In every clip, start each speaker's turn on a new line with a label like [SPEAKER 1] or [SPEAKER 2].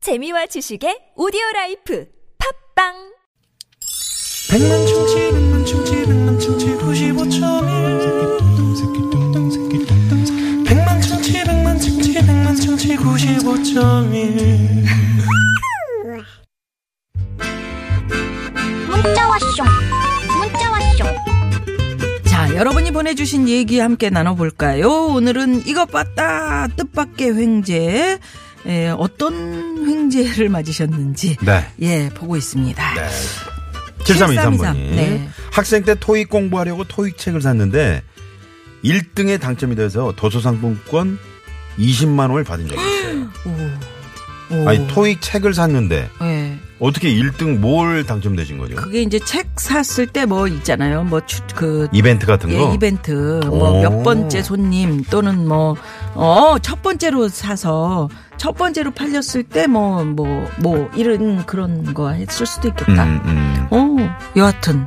[SPEAKER 1] 재미와 지식의 오디오 라이프 팝빵
[SPEAKER 2] 백만 충치 백만 충치 백만 충치 95.1 백만 충치 백만 충치 백만 충치 95.1
[SPEAKER 3] 문자 왔쇼 문자 왔쇼
[SPEAKER 4] 자, 여러분이 보내주신 얘기 함께 나눠볼까요? 오늘은 이것 봤다, 뜻밖의 횡재. 예, 어떤 횡재를 맞으셨는지.
[SPEAKER 5] 네.
[SPEAKER 4] 예, 보고 있습니다.
[SPEAKER 5] 7323번님.
[SPEAKER 4] 네.
[SPEAKER 5] 학생 때 토익 공부하려고 토익책을 샀는데 1등에 당첨이 돼서 도서상품권 20만 원을 받은 적이 있어요.
[SPEAKER 4] 오,
[SPEAKER 5] 아니 토익 책을 샀는데
[SPEAKER 4] 예.
[SPEAKER 5] 어떻게 1등 뭘 당첨되신 거죠?
[SPEAKER 4] 그게 이제 책 샀을 때 뭐 있잖아요. 뭐, 추, 그,
[SPEAKER 5] 이벤트 같은
[SPEAKER 4] 예,
[SPEAKER 5] 거?
[SPEAKER 4] 이벤트. 뭐,
[SPEAKER 5] 오.
[SPEAKER 4] 몇 번째 손님 또는 뭐, 어, 첫 번째로 사서 첫 번째로 팔렸을 때 뭐, 뭐, 뭐, 이런 그런 거 했을 수도
[SPEAKER 5] 음,
[SPEAKER 4] 있겠다.
[SPEAKER 5] 음.
[SPEAKER 4] 어, 여하튼.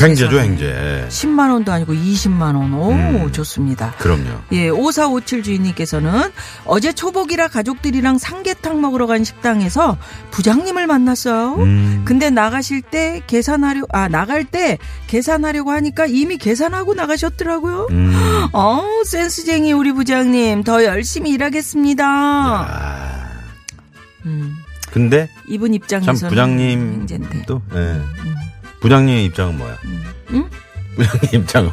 [SPEAKER 5] 횡재죠,
[SPEAKER 4] 세상에.
[SPEAKER 5] 횡재.
[SPEAKER 4] 10만 원도 아니고 20만 원. 오,
[SPEAKER 5] 음.
[SPEAKER 4] 좋습니다.
[SPEAKER 5] 그럼요.
[SPEAKER 4] 예, 5457 주인님께서는 어제 초복이라 가족들이랑 삼계탕 먹으러 간 식당에서 부장님을 만났어요.
[SPEAKER 5] 음.
[SPEAKER 4] 근데 나가실 때 계산하려 아 나갈 때 계산하려고 하니까 이미 계산하고 나가셨더라고요.
[SPEAKER 5] 음.
[SPEAKER 4] 어, 센스쟁이 우리 부장님 더 열심히 일하겠습니다.
[SPEAKER 5] 아.
[SPEAKER 4] 음.
[SPEAKER 5] 근데
[SPEAKER 4] 이분
[SPEAKER 5] 참
[SPEAKER 4] 입장에서는
[SPEAKER 5] 부장님
[SPEAKER 4] 문제인데.
[SPEAKER 5] 또 예. 부장님의 입장은 뭐야?
[SPEAKER 4] 응?
[SPEAKER 5] 부장님 입장은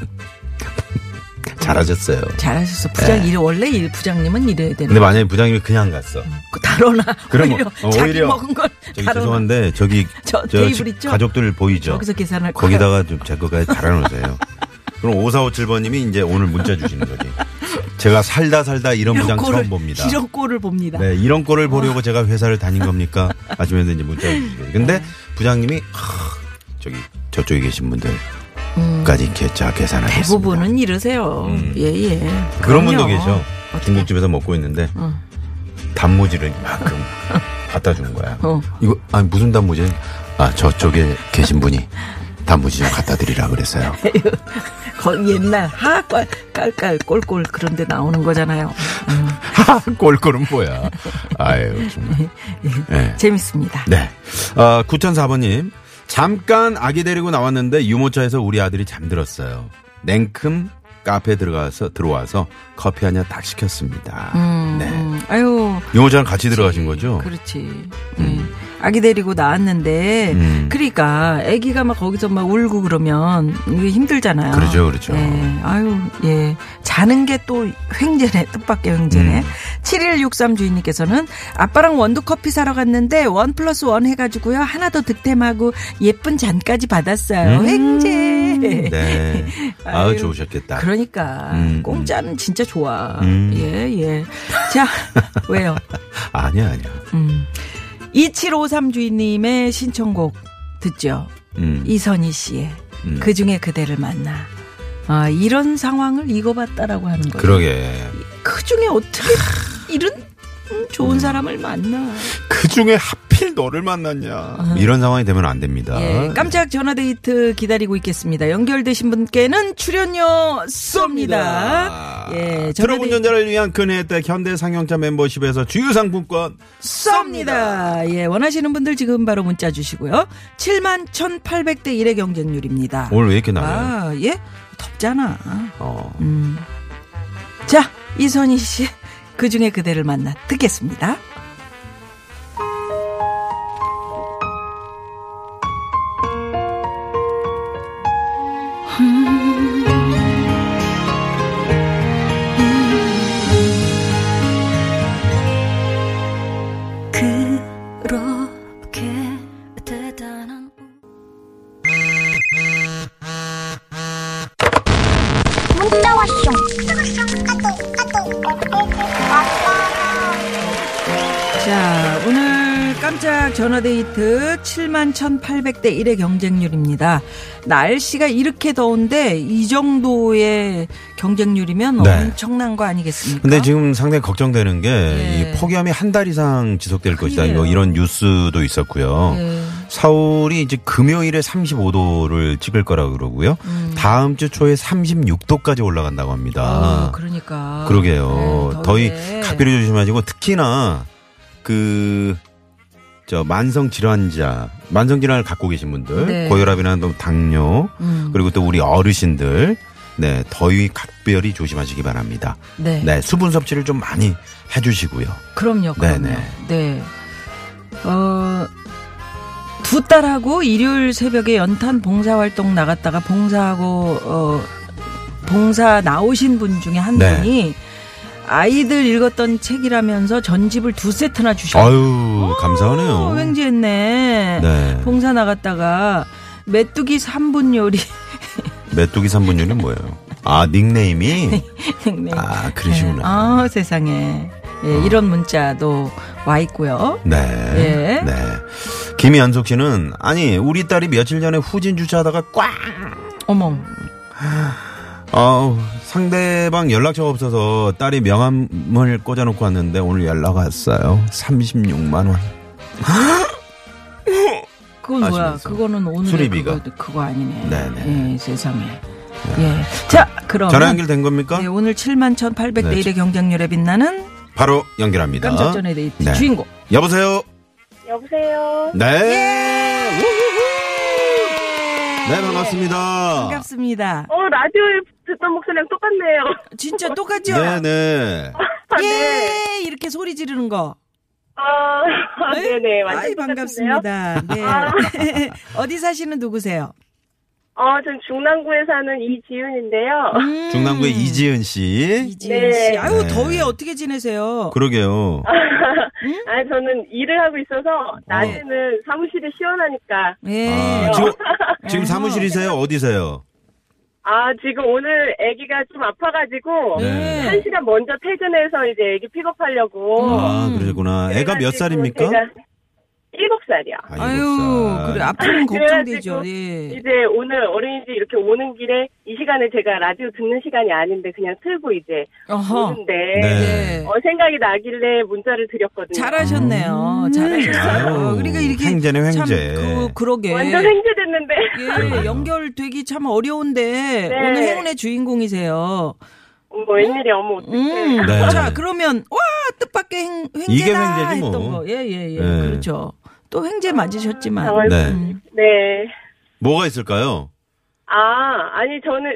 [SPEAKER 5] 잘하셨어요.
[SPEAKER 4] 잘하셨어. 부장 일 원래 일 부장님은 이래야 되는
[SPEAKER 5] 네. 근데 만약에 부장님이 그냥 갔어.
[SPEAKER 4] 그 다뤄나
[SPEAKER 5] 그럼
[SPEAKER 4] 오히려
[SPEAKER 5] 어,
[SPEAKER 4] 자기
[SPEAKER 5] 오히려
[SPEAKER 4] 먹은 걸
[SPEAKER 5] 저기
[SPEAKER 4] 다뤄나
[SPEAKER 5] 죄송한데 저기
[SPEAKER 4] 저
[SPEAKER 5] 저
[SPEAKER 4] 테이블
[SPEAKER 5] 집
[SPEAKER 4] 있죠?
[SPEAKER 5] 가족들 보이죠?
[SPEAKER 4] 거기서 계산할 거야.
[SPEAKER 5] 거기다가 좀 제거까지 달아놓으세요. 그럼 5457번님이 이제 오늘 문자 주시는 거지. 제가 살다 살다 이런 부장 처음 봅니다.
[SPEAKER 4] 이런 꼴을 봅니다.
[SPEAKER 5] 네, 이런 꼴을 보려고 제가 회사를 다닌 겁니까? 아침에도 이제 문자 주시고. 근데
[SPEAKER 4] 네.
[SPEAKER 5] 부장님이 하, 저기 저쪽에 계신 분들까지 계좌 계산하겠습니다.
[SPEAKER 4] 음. 대부분은 이러세요.
[SPEAKER 5] 음.
[SPEAKER 4] 예예.
[SPEAKER 5] 그런 분도 계셔. 중국집에서 먹고 있는데
[SPEAKER 4] 어.
[SPEAKER 5] 단무지를 이만큼 갖다 준 거야.
[SPEAKER 4] 어.
[SPEAKER 5] 이거 아니 무슨 단무지? 아 저쪽에 계신 분이 단무지 좀 갖다 드리라 그랬어요.
[SPEAKER 4] 거 옛날 하악과 깔깔 꼴꼴 그런데 나오는 거잖아요. 음,
[SPEAKER 5] 꼴꼴은 뭐야? 아유 정말. 네.
[SPEAKER 4] 재밌습니다.
[SPEAKER 5] 네. 아 9004번님 잠깐 아기 데리고 나왔는데 유모차에서 우리 아들이 잠들었어요. 냉큼 카페 들어가서 들어와서 커피 한 잔 딱 시켰습니다.
[SPEAKER 4] 음,
[SPEAKER 5] 네.
[SPEAKER 4] 아유.
[SPEAKER 5] 유모차랑 같이 들어가신 거죠?
[SPEAKER 4] 그렇지. 예. 아기 데리고 나왔는데
[SPEAKER 5] 음.
[SPEAKER 4] 그러니까 아기가 막 거기서 막 울고 그러면 이게 힘들잖아요.
[SPEAKER 5] 그러죠, 그러죠.
[SPEAKER 4] 예. 아유, 예. 자는 게 또 횡재네. 뜻밖의 횡재네.
[SPEAKER 5] 음.
[SPEAKER 4] 7163 주인님께서는 아빠랑 원두 커피 사러 갔는데 원 플러스 원 해가지고요. 하나 더 득템하고 예쁜 잔까지 받았어요.
[SPEAKER 5] 음.
[SPEAKER 4] 횡재.
[SPEAKER 5] 네. 아유
[SPEAKER 4] 아유,
[SPEAKER 5] 좋으셨겠다.
[SPEAKER 4] 그러니까
[SPEAKER 5] 음,
[SPEAKER 4] 공짜는 진짜 좋아.
[SPEAKER 5] 음.
[SPEAKER 4] 예, 예. 자, 왜요?
[SPEAKER 5] 아니야 아니야.
[SPEAKER 4] 음. 2753 주인님의 신청곡 듣죠.
[SPEAKER 5] 음.
[SPEAKER 4] 이선희 씨의
[SPEAKER 5] 음.
[SPEAKER 4] 그 중에 그대를 만나. 아, 이런 상황을 읽어봤다라고 하는 거예요.
[SPEAKER 5] 그러게.
[SPEAKER 4] 그 중에 어떻게 이런 음, 좋은 사람을 만나.
[SPEAKER 5] 그 중에 하필 너를 만났냐. 이런 상황이 되면 안 됩니다.
[SPEAKER 4] 아. 예, 깜짝 전화데이트 기다리고 있겠습니다. 연결되신 분께는 출연료
[SPEAKER 5] 아.
[SPEAKER 4] 쏩니다. 예,
[SPEAKER 5] 트럭
[SPEAKER 4] 전화데이트-
[SPEAKER 5] 운전자를 위한 근혜혜택 현대 상용차 멤버십에서 주유상품권.
[SPEAKER 4] 쏩니다. 예, 원하시는 분들 지금 바로 문자 주시고요. 7만 1,800대 1의 경쟁률입니다.
[SPEAKER 5] 오늘 왜 이렇게 나와요?
[SPEAKER 4] 아, 예? 덥잖아.
[SPEAKER 5] 어.
[SPEAKER 4] 음. 자, 이선희 씨. 그 중에 그대를 만나 듣겠습니다.
[SPEAKER 3] 그렇게 대단한 문자 왔쇼
[SPEAKER 4] 자, 오늘 깜짝 전화데이트 7만 1,800대 1의 경쟁률입니다. 날씨가 이렇게 더운데 이 정도의 경쟁률이면
[SPEAKER 5] 네.
[SPEAKER 4] 엄청난 거 아니겠습니까?
[SPEAKER 5] 근데 지금 상당히 걱정되는 게
[SPEAKER 4] 예.
[SPEAKER 5] 이 폭염이 한 달 이상 지속될 것이다.
[SPEAKER 4] 큰일이에요.
[SPEAKER 5] 이거 이런 뉴스도 있었고요.
[SPEAKER 4] 예.
[SPEAKER 5] 서울이 이제 금요일에 35도를 찍을 거라고 그러고요. 다음 주 초에 36도까지 올라간다고 합니다.
[SPEAKER 4] 어, 그러니까.
[SPEAKER 5] 그러게요.
[SPEAKER 4] 네,
[SPEAKER 5] 아, 더위
[SPEAKER 4] 더위에.
[SPEAKER 5] 각별히 조심하시고 특히나 그 저 만성 질환자, 만성 질환을 갖고 계신 분들,
[SPEAKER 4] 네. 음.
[SPEAKER 5] 고혈압이나 또 당뇨, 그리고 또 우리 어르신들, 네, 더위 각별히 조심하시기 바랍니다.
[SPEAKER 4] 네.
[SPEAKER 5] 네, 수분 섭취를 좀 많이 해주시고요.
[SPEAKER 4] 그럼요, 그럼요.
[SPEAKER 5] 네네.
[SPEAKER 4] 네. 어, 두 딸하고 일요일 새벽에 연탄 봉사활동 나갔다가 봉사하고, 어, 봉사 나오신 분 중에 한
[SPEAKER 5] 네.
[SPEAKER 4] 분이 아이들 읽었던 책이라면서 전집을 두 세트나 주셨어요.
[SPEAKER 5] 아유, 감사하네요.
[SPEAKER 4] 네. 왠지 했네.
[SPEAKER 5] 네.
[SPEAKER 4] 봉사 나갔다가 메뚜기 삼분 요리.
[SPEAKER 5] 메뚜기 삼분율은 뭐예요? 아, 닉네임이? 아, 그러시구나. 아.
[SPEAKER 4] 아, 세상에. 예, 이런 문자도 와 있고요.
[SPEAKER 5] 네.
[SPEAKER 4] 예.
[SPEAKER 5] 네. 김연석 씨는, 아니, 우리 딸이 며칠 전에 후진 주차하다가 꽝!
[SPEAKER 4] 어머.
[SPEAKER 5] 아 상대방 연락처가 없어서 딸이 명함을 꽂아놓고 왔는데 오늘 연락 왔어요. 36만 원.
[SPEAKER 4] 그건 뭐야?
[SPEAKER 5] 아시면서.
[SPEAKER 4] 그거는 오늘
[SPEAKER 5] 수리비가.
[SPEAKER 4] 그거, 그거 아니네.
[SPEAKER 5] 네네.
[SPEAKER 4] 예, 세상에. 예. 자, 그럼
[SPEAKER 5] 전화 연결된 겁니까?
[SPEAKER 4] 네, 오늘 7만 1,800대
[SPEAKER 5] 네.
[SPEAKER 4] 1의 경쟁률에 빛나는
[SPEAKER 5] 바로 연결합니다.
[SPEAKER 4] 깜짝 전에 데이트
[SPEAKER 5] 네.
[SPEAKER 4] 주인공.
[SPEAKER 5] 여보세요.
[SPEAKER 6] 여보세요.
[SPEAKER 5] 네.
[SPEAKER 4] 예!
[SPEAKER 5] 우후후. 네 반갑습니다.
[SPEAKER 4] 반갑습니다.
[SPEAKER 6] 어 라디오에 듣던 목소리랑 똑같네요.
[SPEAKER 4] 진짜 똑같죠?
[SPEAKER 5] 네네.
[SPEAKER 6] 아, 네.
[SPEAKER 4] 예, 이렇게 소리 지르는 거.
[SPEAKER 6] 아, 네네. 완전
[SPEAKER 4] 아이
[SPEAKER 6] 똑같은데요? 아.
[SPEAKER 4] 반갑습니다. 네. 어디 사시는 누구세요?
[SPEAKER 6] 어, 전 중랑구에 사는 이지윤인데요.
[SPEAKER 4] 음.
[SPEAKER 5] 중남구의 이지은 씨.
[SPEAKER 4] 이지은 씨.
[SPEAKER 6] 어. 네.
[SPEAKER 4] 아유
[SPEAKER 5] 네.
[SPEAKER 4] 더위에 어떻게 지내세요?
[SPEAKER 5] 그러게요.
[SPEAKER 6] 아, 저는 일을 하고 있어서 낮에는 사무실이 시원하니까.
[SPEAKER 4] 예.
[SPEAKER 5] 아, 지금 지금
[SPEAKER 4] 어.
[SPEAKER 5] 사무실이세요? 어디세요?
[SPEAKER 6] 아, 지금 오늘 아기가 좀
[SPEAKER 4] 예.
[SPEAKER 6] 아파가지고
[SPEAKER 5] 네.
[SPEAKER 6] 한 시간 먼저 퇴근해서 이제 아기
[SPEAKER 4] 어.
[SPEAKER 6] 픽업하려고.
[SPEAKER 5] 아 그러시구나. 애가 몇
[SPEAKER 6] 그래가지고
[SPEAKER 5] 살입니까?
[SPEAKER 6] 제가 일곱 살이요.
[SPEAKER 5] 아, 일곱
[SPEAKER 4] 아유,
[SPEAKER 5] 살.
[SPEAKER 4] 그래 아프면 걱정되죠.
[SPEAKER 6] 그래가지고
[SPEAKER 4] 예.
[SPEAKER 6] 이제 오늘 어린이집 이렇게 오는 길에 이 시간에 제가 라디오 듣는 시간이 아닌데 그냥 틀고 이제
[SPEAKER 4] 어허. 예.
[SPEAKER 6] 오는데
[SPEAKER 5] 네.
[SPEAKER 6] 어, 생각이 나길래 문자를 드렸거든요.
[SPEAKER 4] 잘하셨네요. 잘하셨어요.
[SPEAKER 5] 음. 아유,
[SPEAKER 4] 그러니까 이렇게
[SPEAKER 5] 횡재네, 횡재.
[SPEAKER 4] 참 그, 러게
[SPEAKER 6] 완전 횡재됐는데.
[SPEAKER 4] 예, 연결되기 참 어려운데
[SPEAKER 6] 네.
[SPEAKER 4] 오늘 행운의 주인공이세요.
[SPEAKER 6] 뭐 웬일이야, 어머, 어떡해.
[SPEAKER 4] 음.
[SPEAKER 5] 네.
[SPEAKER 4] 자, 그러면 와, 뜻밖의 행, 횡재다
[SPEAKER 5] 이게 횡재지 뭐.
[SPEAKER 4] 했던 거. 예, 예, 예.
[SPEAKER 5] 네.
[SPEAKER 4] 그렇죠. 또 횡재 맞으셨지만.
[SPEAKER 6] 당황-
[SPEAKER 5] 네.
[SPEAKER 4] 음.
[SPEAKER 6] 네.
[SPEAKER 5] 뭐가 있을까요?
[SPEAKER 6] 아, 아니, 저는,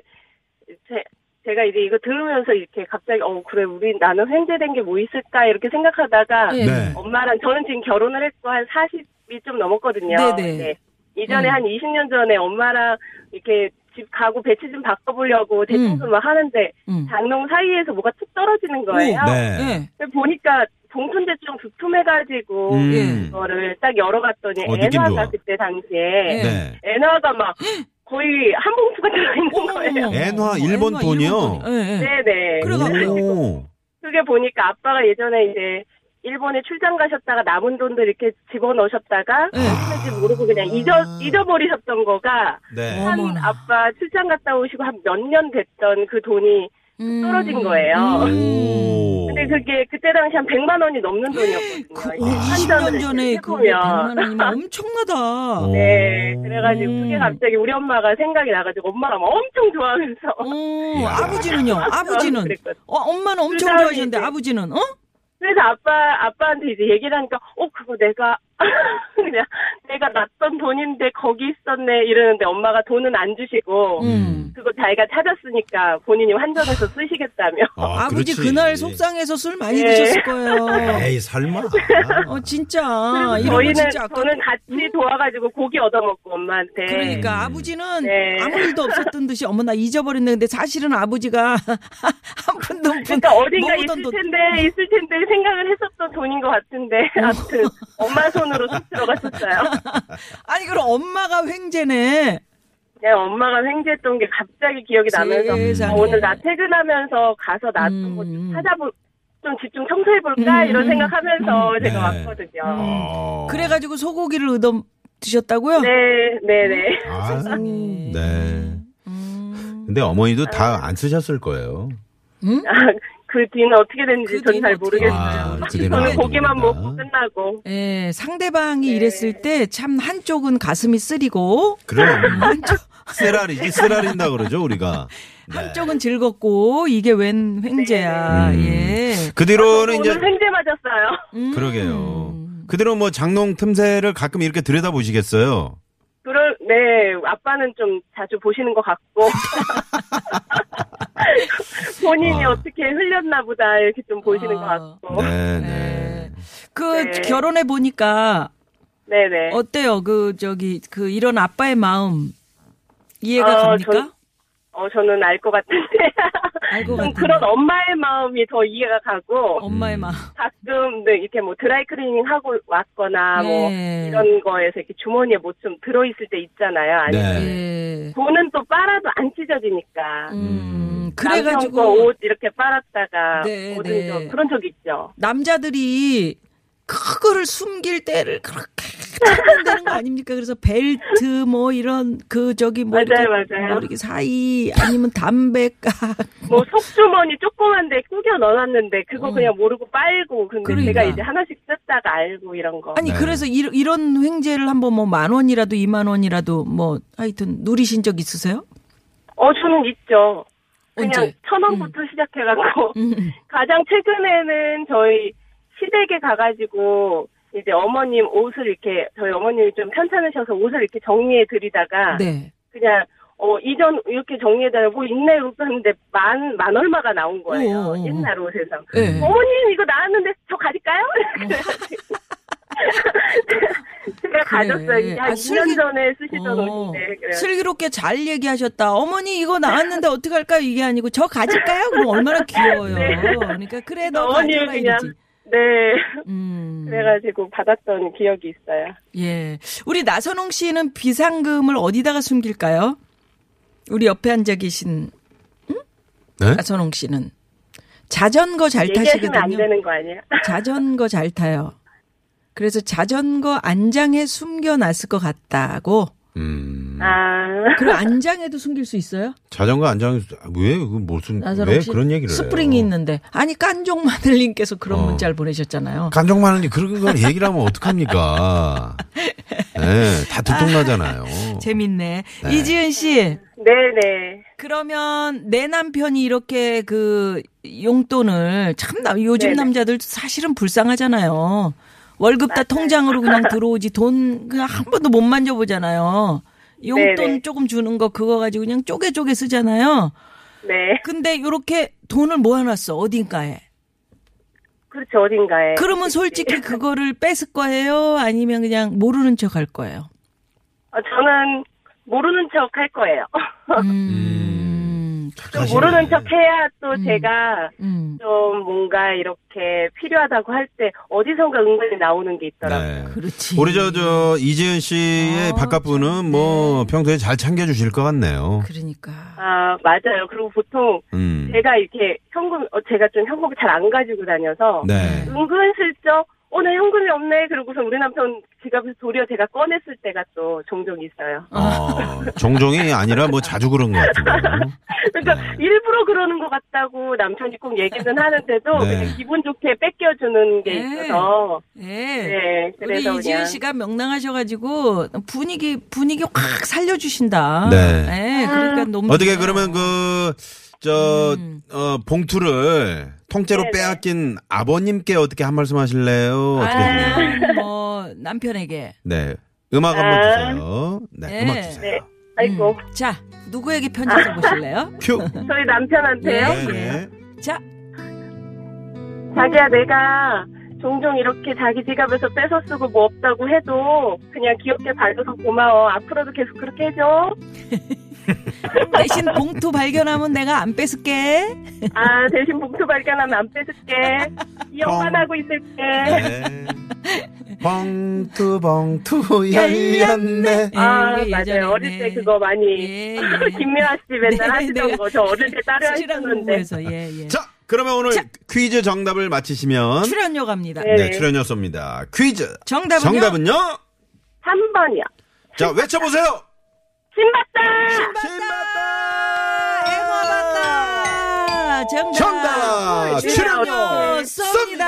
[SPEAKER 6] 제, 제가 이제 이거 들으면서 이렇게 갑자기, 어, 그래, 우리, 나는 횡재된 게 뭐 있을까, 이렇게 생각하다가,
[SPEAKER 4] 네.
[SPEAKER 6] 엄마랑, 저는 지금 결혼을 했고, 한 40이 좀 넘었거든요.
[SPEAKER 4] 네네.
[SPEAKER 6] 네. 이전에
[SPEAKER 4] 음.
[SPEAKER 6] 한 20년 전에 엄마랑 이렇게 집 가구 배치 좀 바꿔보려고 대충 좀 하는데,
[SPEAKER 4] 음.
[SPEAKER 6] 장롱 사이에서 뭐가 툭 떨어지는 거예요.
[SPEAKER 5] 네.
[SPEAKER 4] 예.
[SPEAKER 6] 근데 보니까 봉선대충
[SPEAKER 4] 어,
[SPEAKER 6] 두툼해가지고
[SPEAKER 4] 예.
[SPEAKER 5] 음.
[SPEAKER 6] 그거를 딱 열어봤더니
[SPEAKER 5] 어, 느낌
[SPEAKER 6] 엔화가
[SPEAKER 5] 좋아.
[SPEAKER 6] 그때
[SPEAKER 4] 네.
[SPEAKER 6] 당시에
[SPEAKER 5] 네.
[SPEAKER 6] 엔화가 막 거의 한 봉투가 들어있는 거예요.
[SPEAKER 4] 어머머머.
[SPEAKER 5] 엔화 일본
[SPEAKER 4] 엔화
[SPEAKER 5] 돈이요?
[SPEAKER 4] 돈이. 예, 예.
[SPEAKER 6] 네네.
[SPEAKER 4] 그래가지고.
[SPEAKER 5] 오.
[SPEAKER 6] 그게 보니까 아빠가 예전에 이제 일본에 출장 가셨다가 남은 돈들 이렇게 집어넣으셨다가
[SPEAKER 4] 네.
[SPEAKER 5] 아.
[SPEAKER 4] 아.
[SPEAKER 6] 어떻게 모르고 그냥 잊어, 잊어버리셨던 거가
[SPEAKER 5] 네.
[SPEAKER 6] 한
[SPEAKER 4] 어머나.
[SPEAKER 6] 아빠 출장 갔다 오시고 한 몇 년 됐던 그 돈이
[SPEAKER 4] 음.
[SPEAKER 6] 떨어진 거예요.
[SPEAKER 5] 오.
[SPEAKER 6] 근데 그게 그때 당시 한 100만 원이 넘는
[SPEAKER 4] 그
[SPEAKER 6] 돈이었거든요.
[SPEAKER 5] 아.
[SPEAKER 4] 20년 전에 그
[SPEAKER 6] 보면
[SPEAKER 4] 100만 원이면 엄청나다.
[SPEAKER 5] 오.
[SPEAKER 6] 네, 그래가지고 그게
[SPEAKER 4] 음.
[SPEAKER 6] 갑자기 우리 엄마가 생각이 나가지고 엄마가 막 엄청 좋아하면서
[SPEAKER 4] 어,
[SPEAKER 5] 이야.
[SPEAKER 4] 아버지는요? 아버지는?
[SPEAKER 6] 그랬거든.
[SPEAKER 4] 어, 엄마는 엄청
[SPEAKER 6] 그 다음에
[SPEAKER 4] 좋아하셨는데
[SPEAKER 6] 이제-
[SPEAKER 4] 아버지는, 어?
[SPEAKER 6] 그래서 아빠 아빠한테 이제 얘기를 하니까 어 그거 내가 그냥 내가 났던 돈인데 거기 있었네 이러는데 엄마가 돈은 안 주시고
[SPEAKER 5] 아,
[SPEAKER 4] 음.
[SPEAKER 6] 그거 자기가 찾았으니까 본인이 환전해서 쓰시겠다며
[SPEAKER 5] 아,
[SPEAKER 4] 아, 버지
[SPEAKER 5] 그렇지.
[SPEAKER 4] 그날 속상해서 술 많이
[SPEAKER 6] 네.
[SPEAKER 4] 드셨을 거예요.
[SPEAKER 5] 에이, 설마.
[SPEAKER 4] 어, 진짜.
[SPEAKER 6] 그리고
[SPEAKER 4] 이런 거
[SPEAKER 6] 저희는
[SPEAKER 4] 진짜 아까. 음?
[SPEAKER 6] 저는 같이 도와가지고 고기 얻어먹고 엄마한테
[SPEAKER 4] 그러니까 아버지는
[SPEAKER 6] 네.
[SPEAKER 4] 아무 일도 없었던 듯이 어머 나 잊어버렸네 근데 사실은 아버지가 한 푼도 한 푼.
[SPEAKER 6] 그러니까 어딘가
[SPEAKER 4] 먹었던
[SPEAKER 6] 있을
[SPEAKER 4] 돈.
[SPEAKER 6] 텐데 있을 텐데 생각을 했었던 돈인 것 같은데
[SPEAKER 4] 음.
[SPEAKER 6] 아무튼 엄마 손으로 쑥 들어갔었어요.
[SPEAKER 4] 아니 그럼 엄마가 횡재네.
[SPEAKER 6] 그냥 엄마가 횡재했던 게 갑자기 기억이 나면서
[SPEAKER 4] 세상에.
[SPEAKER 6] 어, 오늘 나 퇴근하면서 가서 나
[SPEAKER 4] 음.
[SPEAKER 6] 좀 뭐 좀 찾아볼 좀 집중 청소해볼까
[SPEAKER 4] 음.
[SPEAKER 6] 이런 생각하면서
[SPEAKER 5] 네.
[SPEAKER 6] 제가 그 왔거든요.
[SPEAKER 5] 어.
[SPEAKER 4] 그래가지고 소고기를 얻어 드셨다고요?
[SPEAKER 6] 네, 네, 네.
[SPEAKER 5] 아,
[SPEAKER 4] 세상에.
[SPEAKER 5] 네.
[SPEAKER 4] 음.
[SPEAKER 5] 근데 어머니도 다 안 쓰셨을 거예요.
[SPEAKER 6] 아, 그 뒤는 어떻게 됐는지
[SPEAKER 4] 그
[SPEAKER 6] 전 잘
[SPEAKER 4] 뒤는 어떻게
[SPEAKER 6] 모르겠어요.
[SPEAKER 5] 아, 그 뒤는
[SPEAKER 6] 저는
[SPEAKER 5] 아무도
[SPEAKER 6] 고기만
[SPEAKER 5] 모른다.
[SPEAKER 6] 먹고 끝나고.
[SPEAKER 4] 예, 상대방이
[SPEAKER 6] 네.
[SPEAKER 4] 이랬을 때 참 한쪽은 가슴이 쓰리고
[SPEAKER 5] 그럼
[SPEAKER 4] 한쪽
[SPEAKER 5] 쓰라리지 쓰라린다 그러죠 우리가.
[SPEAKER 4] 한쪽은 즐겁고 이게 웬 횡재야.
[SPEAKER 5] 음.
[SPEAKER 4] 예.
[SPEAKER 5] 그 뒤로는
[SPEAKER 6] 아, 오늘
[SPEAKER 5] 이제
[SPEAKER 6] 횡재 맞았어요.
[SPEAKER 4] 음.
[SPEAKER 5] 그러게요. 그대로 뭐 장롱 틈새를 가끔 이렇게 들여다보시겠어요?
[SPEAKER 6] 그럴 네 아빠는 좀 자주 보시는 것 같고 본인이
[SPEAKER 5] 아.
[SPEAKER 6] 어떻게 흘렸나 보다 이렇게 좀 보시는
[SPEAKER 4] 아.
[SPEAKER 6] 것 같고
[SPEAKER 5] 네,
[SPEAKER 4] 네.
[SPEAKER 5] 네.
[SPEAKER 4] 그
[SPEAKER 6] 네.
[SPEAKER 4] 결혼해 보니까
[SPEAKER 6] 네네
[SPEAKER 4] 어때요? 그 저기 그 이런 아빠의 마음 이해가
[SPEAKER 6] 어,
[SPEAKER 4] 갑니까?
[SPEAKER 6] 전- 어 저는 알 것 같은데
[SPEAKER 4] 알고
[SPEAKER 6] 좀
[SPEAKER 4] 같은
[SPEAKER 6] 그런 엄마의 마음이 더 이해가 가고
[SPEAKER 4] 엄마의
[SPEAKER 5] 음.
[SPEAKER 4] 마음.
[SPEAKER 6] 가끔 네, 이렇게 뭐 드라이클리닝 하고 왔거나 뭐
[SPEAKER 4] 예.
[SPEAKER 6] 이런 거에서 이렇게 주머니에 뭐 좀 들어있을 때 있잖아요 아니면
[SPEAKER 5] 네.
[SPEAKER 4] 예.
[SPEAKER 6] 돈은 또 빨아도 안 찢어지니까
[SPEAKER 4] 음,
[SPEAKER 6] 남편 거
[SPEAKER 4] 그래가지고
[SPEAKER 6] 옷 이렇게 빨았다가
[SPEAKER 4] 네,
[SPEAKER 6] 얻은
[SPEAKER 4] 네.
[SPEAKER 6] 적 그런 적 있죠
[SPEAKER 4] 남자들이 그거를 숨길 때를 그렇게 찾는다는 거 아닙니까? 그래서 벨트 뭐 이런 그 저기 뭐
[SPEAKER 6] 맞아요,
[SPEAKER 4] 이렇게
[SPEAKER 6] 맞아요.
[SPEAKER 4] 뭐 이렇게 사이 아니면 담배가
[SPEAKER 6] 뭐 속주머니 조그만데 꾸겨 넣어놨는데 그거 그냥 모르고 빨고 근데
[SPEAKER 4] 그러니까.
[SPEAKER 6] 제가 이제 하나씩 뜯다가 알고 이런 거
[SPEAKER 4] 아니
[SPEAKER 5] 네.
[SPEAKER 4] 그래서 이, 이런 횡재를 한번 뭐 만 원이라도 이만 원이라도 뭐 하여튼 누리신 적 있으세요?
[SPEAKER 6] 어 저는 있죠 그냥
[SPEAKER 4] 언제? 음.
[SPEAKER 6] 천 원부터 시작해갖고 가장 최근에는 저희 시댁에 가가지고 이제 어머님 옷을 이렇게 저희 어머님이 좀 편찮으셔서 옷을 이렇게 정리해 드리다가
[SPEAKER 4] 네.
[SPEAKER 6] 그냥 어 이전 이렇게 정리해 달라고 뭐 있네 이렇게 하는데 만 만 얼마가 나온 거예요
[SPEAKER 4] 오, 오, 오.
[SPEAKER 6] 옛날 옷에서
[SPEAKER 4] 네.
[SPEAKER 6] 어머님 이거 나왔는데 저 가질까요? 그래가지고 제가 가졌어요. 이게 한
[SPEAKER 4] 아,
[SPEAKER 6] 2년
[SPEAKER 4] 슬기-
[SPEAKER 6] 전에 쓰시던
[SPEAKER 4] 어,
[SPEAKER 6] 옷인데 네, 그래요.
[SPEAKER 4] 슬기롭게 잘 얘기하셨다. 어머니 이거 나왔는데 어떻게 할까요? 이게 아니고 저 가질까요? 그럼 얼마나 귀여워요. 그러니까 그래 너
[SPEAKER 6] 네. 어머님
[SPEAKER 4] 가져라
[SPEAKER 6] 그냥
[SPEAKER 4] 이러지.
[SPEAKER 6] 네
[SPEAKER 4] 음.
[SPEAKER 6] 그래가지고 받았던 기억이 있어요.
[SPEAKER 4] 예. 우리 나선홍 씨는 비상금을 어디다가 숨길까요? 우리 옆에 앉아 계신
[SPEAKER 5] 네?
[SPEAKER 4] 나선홍 씨는 자전거 잘
[SPEAKER 6] 얘기하시면 안
[SPEAKER 4] 타시거든요.
[SPEAKER 6] 되는 거 아니에요?
[SPEAKER 4] 자전거 잘 타요. 그래서 자전거 안장에 숨겨놨을 것 같다고.
[SPEAKER 6] 그
[SPEAKER 5] 음.
[SPEAKER 6] 아
[SPEAKER 4] 그럼 안장에도 숨길 수 있어요?
[SPEAKER 5] 자전거 안장 왜 그 무슨 왜
[SPEAKER 4] 나선홍 씨
[SPEAKER 5] 그런 얘기를 해요?
[SPEAKER 4] 스프링이 있는데 아니 깐종 마늘님께서 그런
[SPEAKER 5] 어.
[SPEAKER 4] 문자를 보내셨잖아요.
[SPEAKER 5] 간종 많으니 그런 걸 얘기를 하면 어떡합니까? 네, 다 두통나잖아요.
[SPEAKER 4] 재밌네. 이지은 씨,
[SPEAKER 6] 네네
[SPEAKER 4] 그러면 내 남편이 이렇게 그 용돈을 참 나- 요즘
[SPEAKER 6] 네네.
[SPEAKER 4] 남자들 사실은 불쌍하잖아요. 월급 다 통장으로 그냥 들어오지 돈 그냥 한 번도 못 만져보잖아요. 용돈
[SPEAKER 6] 네네.
[SPEAKER 4] 조금 주는 거 그거 가지고 그냥 쪼개 쪼개 쓰잖아요.
[SPEAKER 6] 네
[SPEAKER 4] 근데 요렇게 돈을 모아놨어 어딘가에.
[SPEAKER 6] 그렇죠 어딘가에
[SPEAKER 4] 그러면 솔직히 그거를 뺏을 거예요? 아니면 그냥 모르는 척 할 거예요?
[SPEAKER 6] 어, 저는 모르는 척 할 거예요.
[SPEAKER 4] 음,
[SPEAKER 6] 좀 모르는 척 해야 또 제가
[SPEAKER 4] 음.
[SPEAKER 6] 좀 뭔가 이렇게 필요하다고 할 때 어디선가 은근히 나오는 게 있더라고요.
[SPEAKER 5] 네.
[SPEAKER 4] 그렇지.
[SPEAKER 5] 우리 저, 저, 이지은 씨의
[SPEAKER 4] 아,
[SPEAKER 5] 바깥분은 뭐
[SPEAKER 6] 네.
[SPEAKER 5] 평소에 잘 챙겨주실 것 같네요.
[SPEAKER 4] 그러니까.
[SPEAKER 6] 아 맞아요. 그리고 보통
[SPEAKER 5] 음.
[SPEAKER 6] 제가 이렇게 현금 어, 제가 좀 현금을 잘 안 가지고 다녀서
[SPEAKER 5] 네.
[SPEAKER 6] 은근슬쩍 어 나 현금이 없네 그러고서 우리 남편 지갑에서 도리어 제가 꺼냈을 때가 또 종종 있어요.
[SPEAKER 5] 어, 종종이 아니라 뭐 자주 그런 것 같은데요. 네.
[SPEAKER 6] 그러니까 일부러 그러는 것 같다고 남편이 꼭 얘기는 하는데도
[SPEAKER 5] 네.
[SPEAKER 6] 그냥 기분 좋게 뺏겨주는 게
[SPEAKER 4] 네.
[SPEAKER 6] 있어서
[SPEAKER 4] 예.
[SPEAKER 6] 네
[SPEAKER 4] 우리
[SPEAKER 6] 그래서 그냥
[SPEAKER 4] 이지은 씨가 명랑하셔가지고 분위기 분위기 확 살려주신다.
[SPEAKER 5] 네.
[SPEAKER 4] 예,
[SPEAKER 6] 아.
[SPEAKER 4] 그러니까 너무
[SPEAKER 5] 어떻게
[SPEAKER 4] 좋아요.
[SPEAKER 5] 그러면 그, 저,
[SPEAKER 4] 음.
[SPEAKER 5] 어, 봉투를 통째로
[SPEAKER 6] 네네.
[SPEAKER 5] 빼앗긴 아버님께 어떻게 한 말씀 하실래요? 어떻게 보면.
[SPEAKER 4] 아, 뭐 남편에게.
[SPEAKER 5] 네. 음악 한번 주세요. 네,
[SPEAKER 4] 네.
[SPEAKER 5] 음악 주세요.
[SPEAKER 6] 아. 네. 아이고
[SPEAKER 4] 음. 자 누구에게 편지 써보실래요?
[SPEAKER 5] 큐.
[SPEAKER 6] 저희 남편한테요.
[SPEAKER 4] 음. 네.
[SPEAKER 5] 네, 네.
[SPEAKER 4] 자
[SPEAKER 6] 자기야 내가 종종 이렇게 자기 지갑에서 뺏어 쓰고 뭐 없다고 해도 그냥 귀엽게 봐줘서 고마워. 앞으로도 계속 그렇게 해줘.
[SPEAKER 4] 대신 봉투 발견하면 내가 안 뺏을게.
[SPEAKER 6] 아 대신 봉투 발견하면 안 뺏을게.
[SPEAKER 4] 어.
[SPEAKER 6] 기억만 하고 있을게.
[SPEAKER 5] 네. 봉투 봉투 열렸네.
[SPEAKER 6] 아
[SPEAKER 4] 예, 이게 예전에,
[SPEAKER 6] 맞아요. 어릴
[SPEAKER 4] 네.
[SPEAKER 6] 때 그거 많이
[SPEAKER 4] 예, 예.
[SPEAKER 6] 김미아 씨 맨날
[SPEAKER 4] 네,
[SPEAKER 6] 하시던
[SPEAKER 4] 내가
[SPEAKER 6] 거 저 어릴 때 따라
[SPEAKER 4] 수시랑
[SPEAKER 6] 했었는데.
[SPEAKER 4] 공부에서 예 예.
[SPEAKER 5] 자, 그러면 오늘
[SPEAKER 4] 자.
[SPEAKER 5] 퀴즈 정답을 맞히시면
[SPEAKER 4] 출연료 갑니다.
[SPEAKER 6] 네.
[SPEAKER 5] 네, 출연료 쏩니다. 퀴즈.
[SPEAKER 4] 정답은요?
[SPEAKER 5] 정답은요?
[SPEAKER 6] 3번이요.
[SPEAKER 5] 자, 외쳐 보세요.
[SPEAKER 6] 신봤다!
[SPEAKER 5] 신봤다!
[SPEAKER 4] 에버봤다. 정답.
[SPEAKER 5] 정답!
[SPEAKER 4] 출연료
[SPEAKER 5] 출연료
[SPEAKER 4] 쏩니다.
[SPEAKER 5] 쏩니다.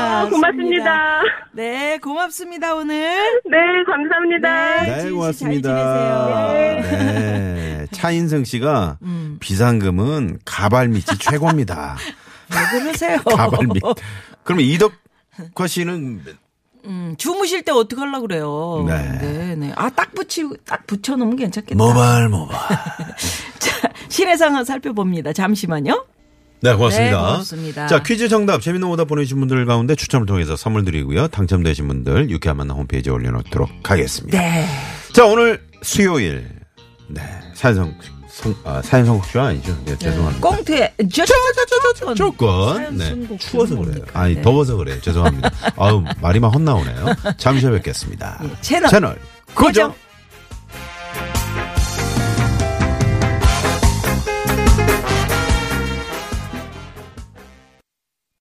[SPEAKER 6] 아, 고맙습니다.
[SPEAKER 4] 네, 고맙습니다 오늘.
[SPEAKER 6] 네, 감사합니다.
[SPEAKER 4] 네,
[SPEAKER 5] 네,
[SPEAKER 4] 지은
[SPEAKER 5] 고맙습니다.
[SPEAKER 4] 씨잘
[SPEAKER 5] 네. 차인승 씨가
[SPEAKER 4] 음.
[SPEAKER 5] 비상금은 가발 밑이 최고입니다.
[SPEAKER 4] 왜 그러세요?
[SPEAKER 5] 가발 밑. 그러면 이덕화 씨는
[SPEAKER 4] 음, 주무실 때 어떻게 하려고 그래요?
[SPEAKER 5] 네.
[SPEAKER 4] 네, 네. 아, 딱 붙이고, 딱 붙여놓으면 괜찮겠다.
[SPEAKER 5] 모발 모발.
[SPEAKER 4] 자, 실내 상황 살펴봅니다. 잠시만요.
[SPEAKER 5] 네, 고맙습니다.
[SPEAKER 4] 네, 고맙습니다.
[SPEAKER 5] 자, 퀴즈 정답 재밌는 오답 보내주신 분들 가운데 추첨을 통해서 선물 드리고요. 당첨되신 분들 유쾌한 만남 홈페이지에 올려놓도록 하겠습니다.
[SPEAKER 4] 네.
[SPEAKER 5] 자, 오늘 수요일. 네, 사연성, 성, 아, 사연성 국쇼 아니죠. 네, 죄송합니다.
[SPEAKER 4] 꽁트에, 저,
[SPEAKER 5] 조건.
[SPEAKER 4] 사연
[SPEAKER 5] 네.
[SPEAKER 4] 쓴거
[SPEAKER 5] 추워서
[SPEAKER 4] 무슨
[SPEAKER 5] 그래요.
[SPEAKER 4] 겁니까?
[SPEAKER 5] 아니,
[SPEAKER 4] 네.
[SPEAKER 5] 더워서 그래요. 죄송합니다. 아우, 말이 막 헛나오네요. 잠시 후에 뵙겠습니다.
[SPEAKER 4] 예, 채널
[SPEAKER 5] 채널 고정.
[SPEAKER 4] 고정.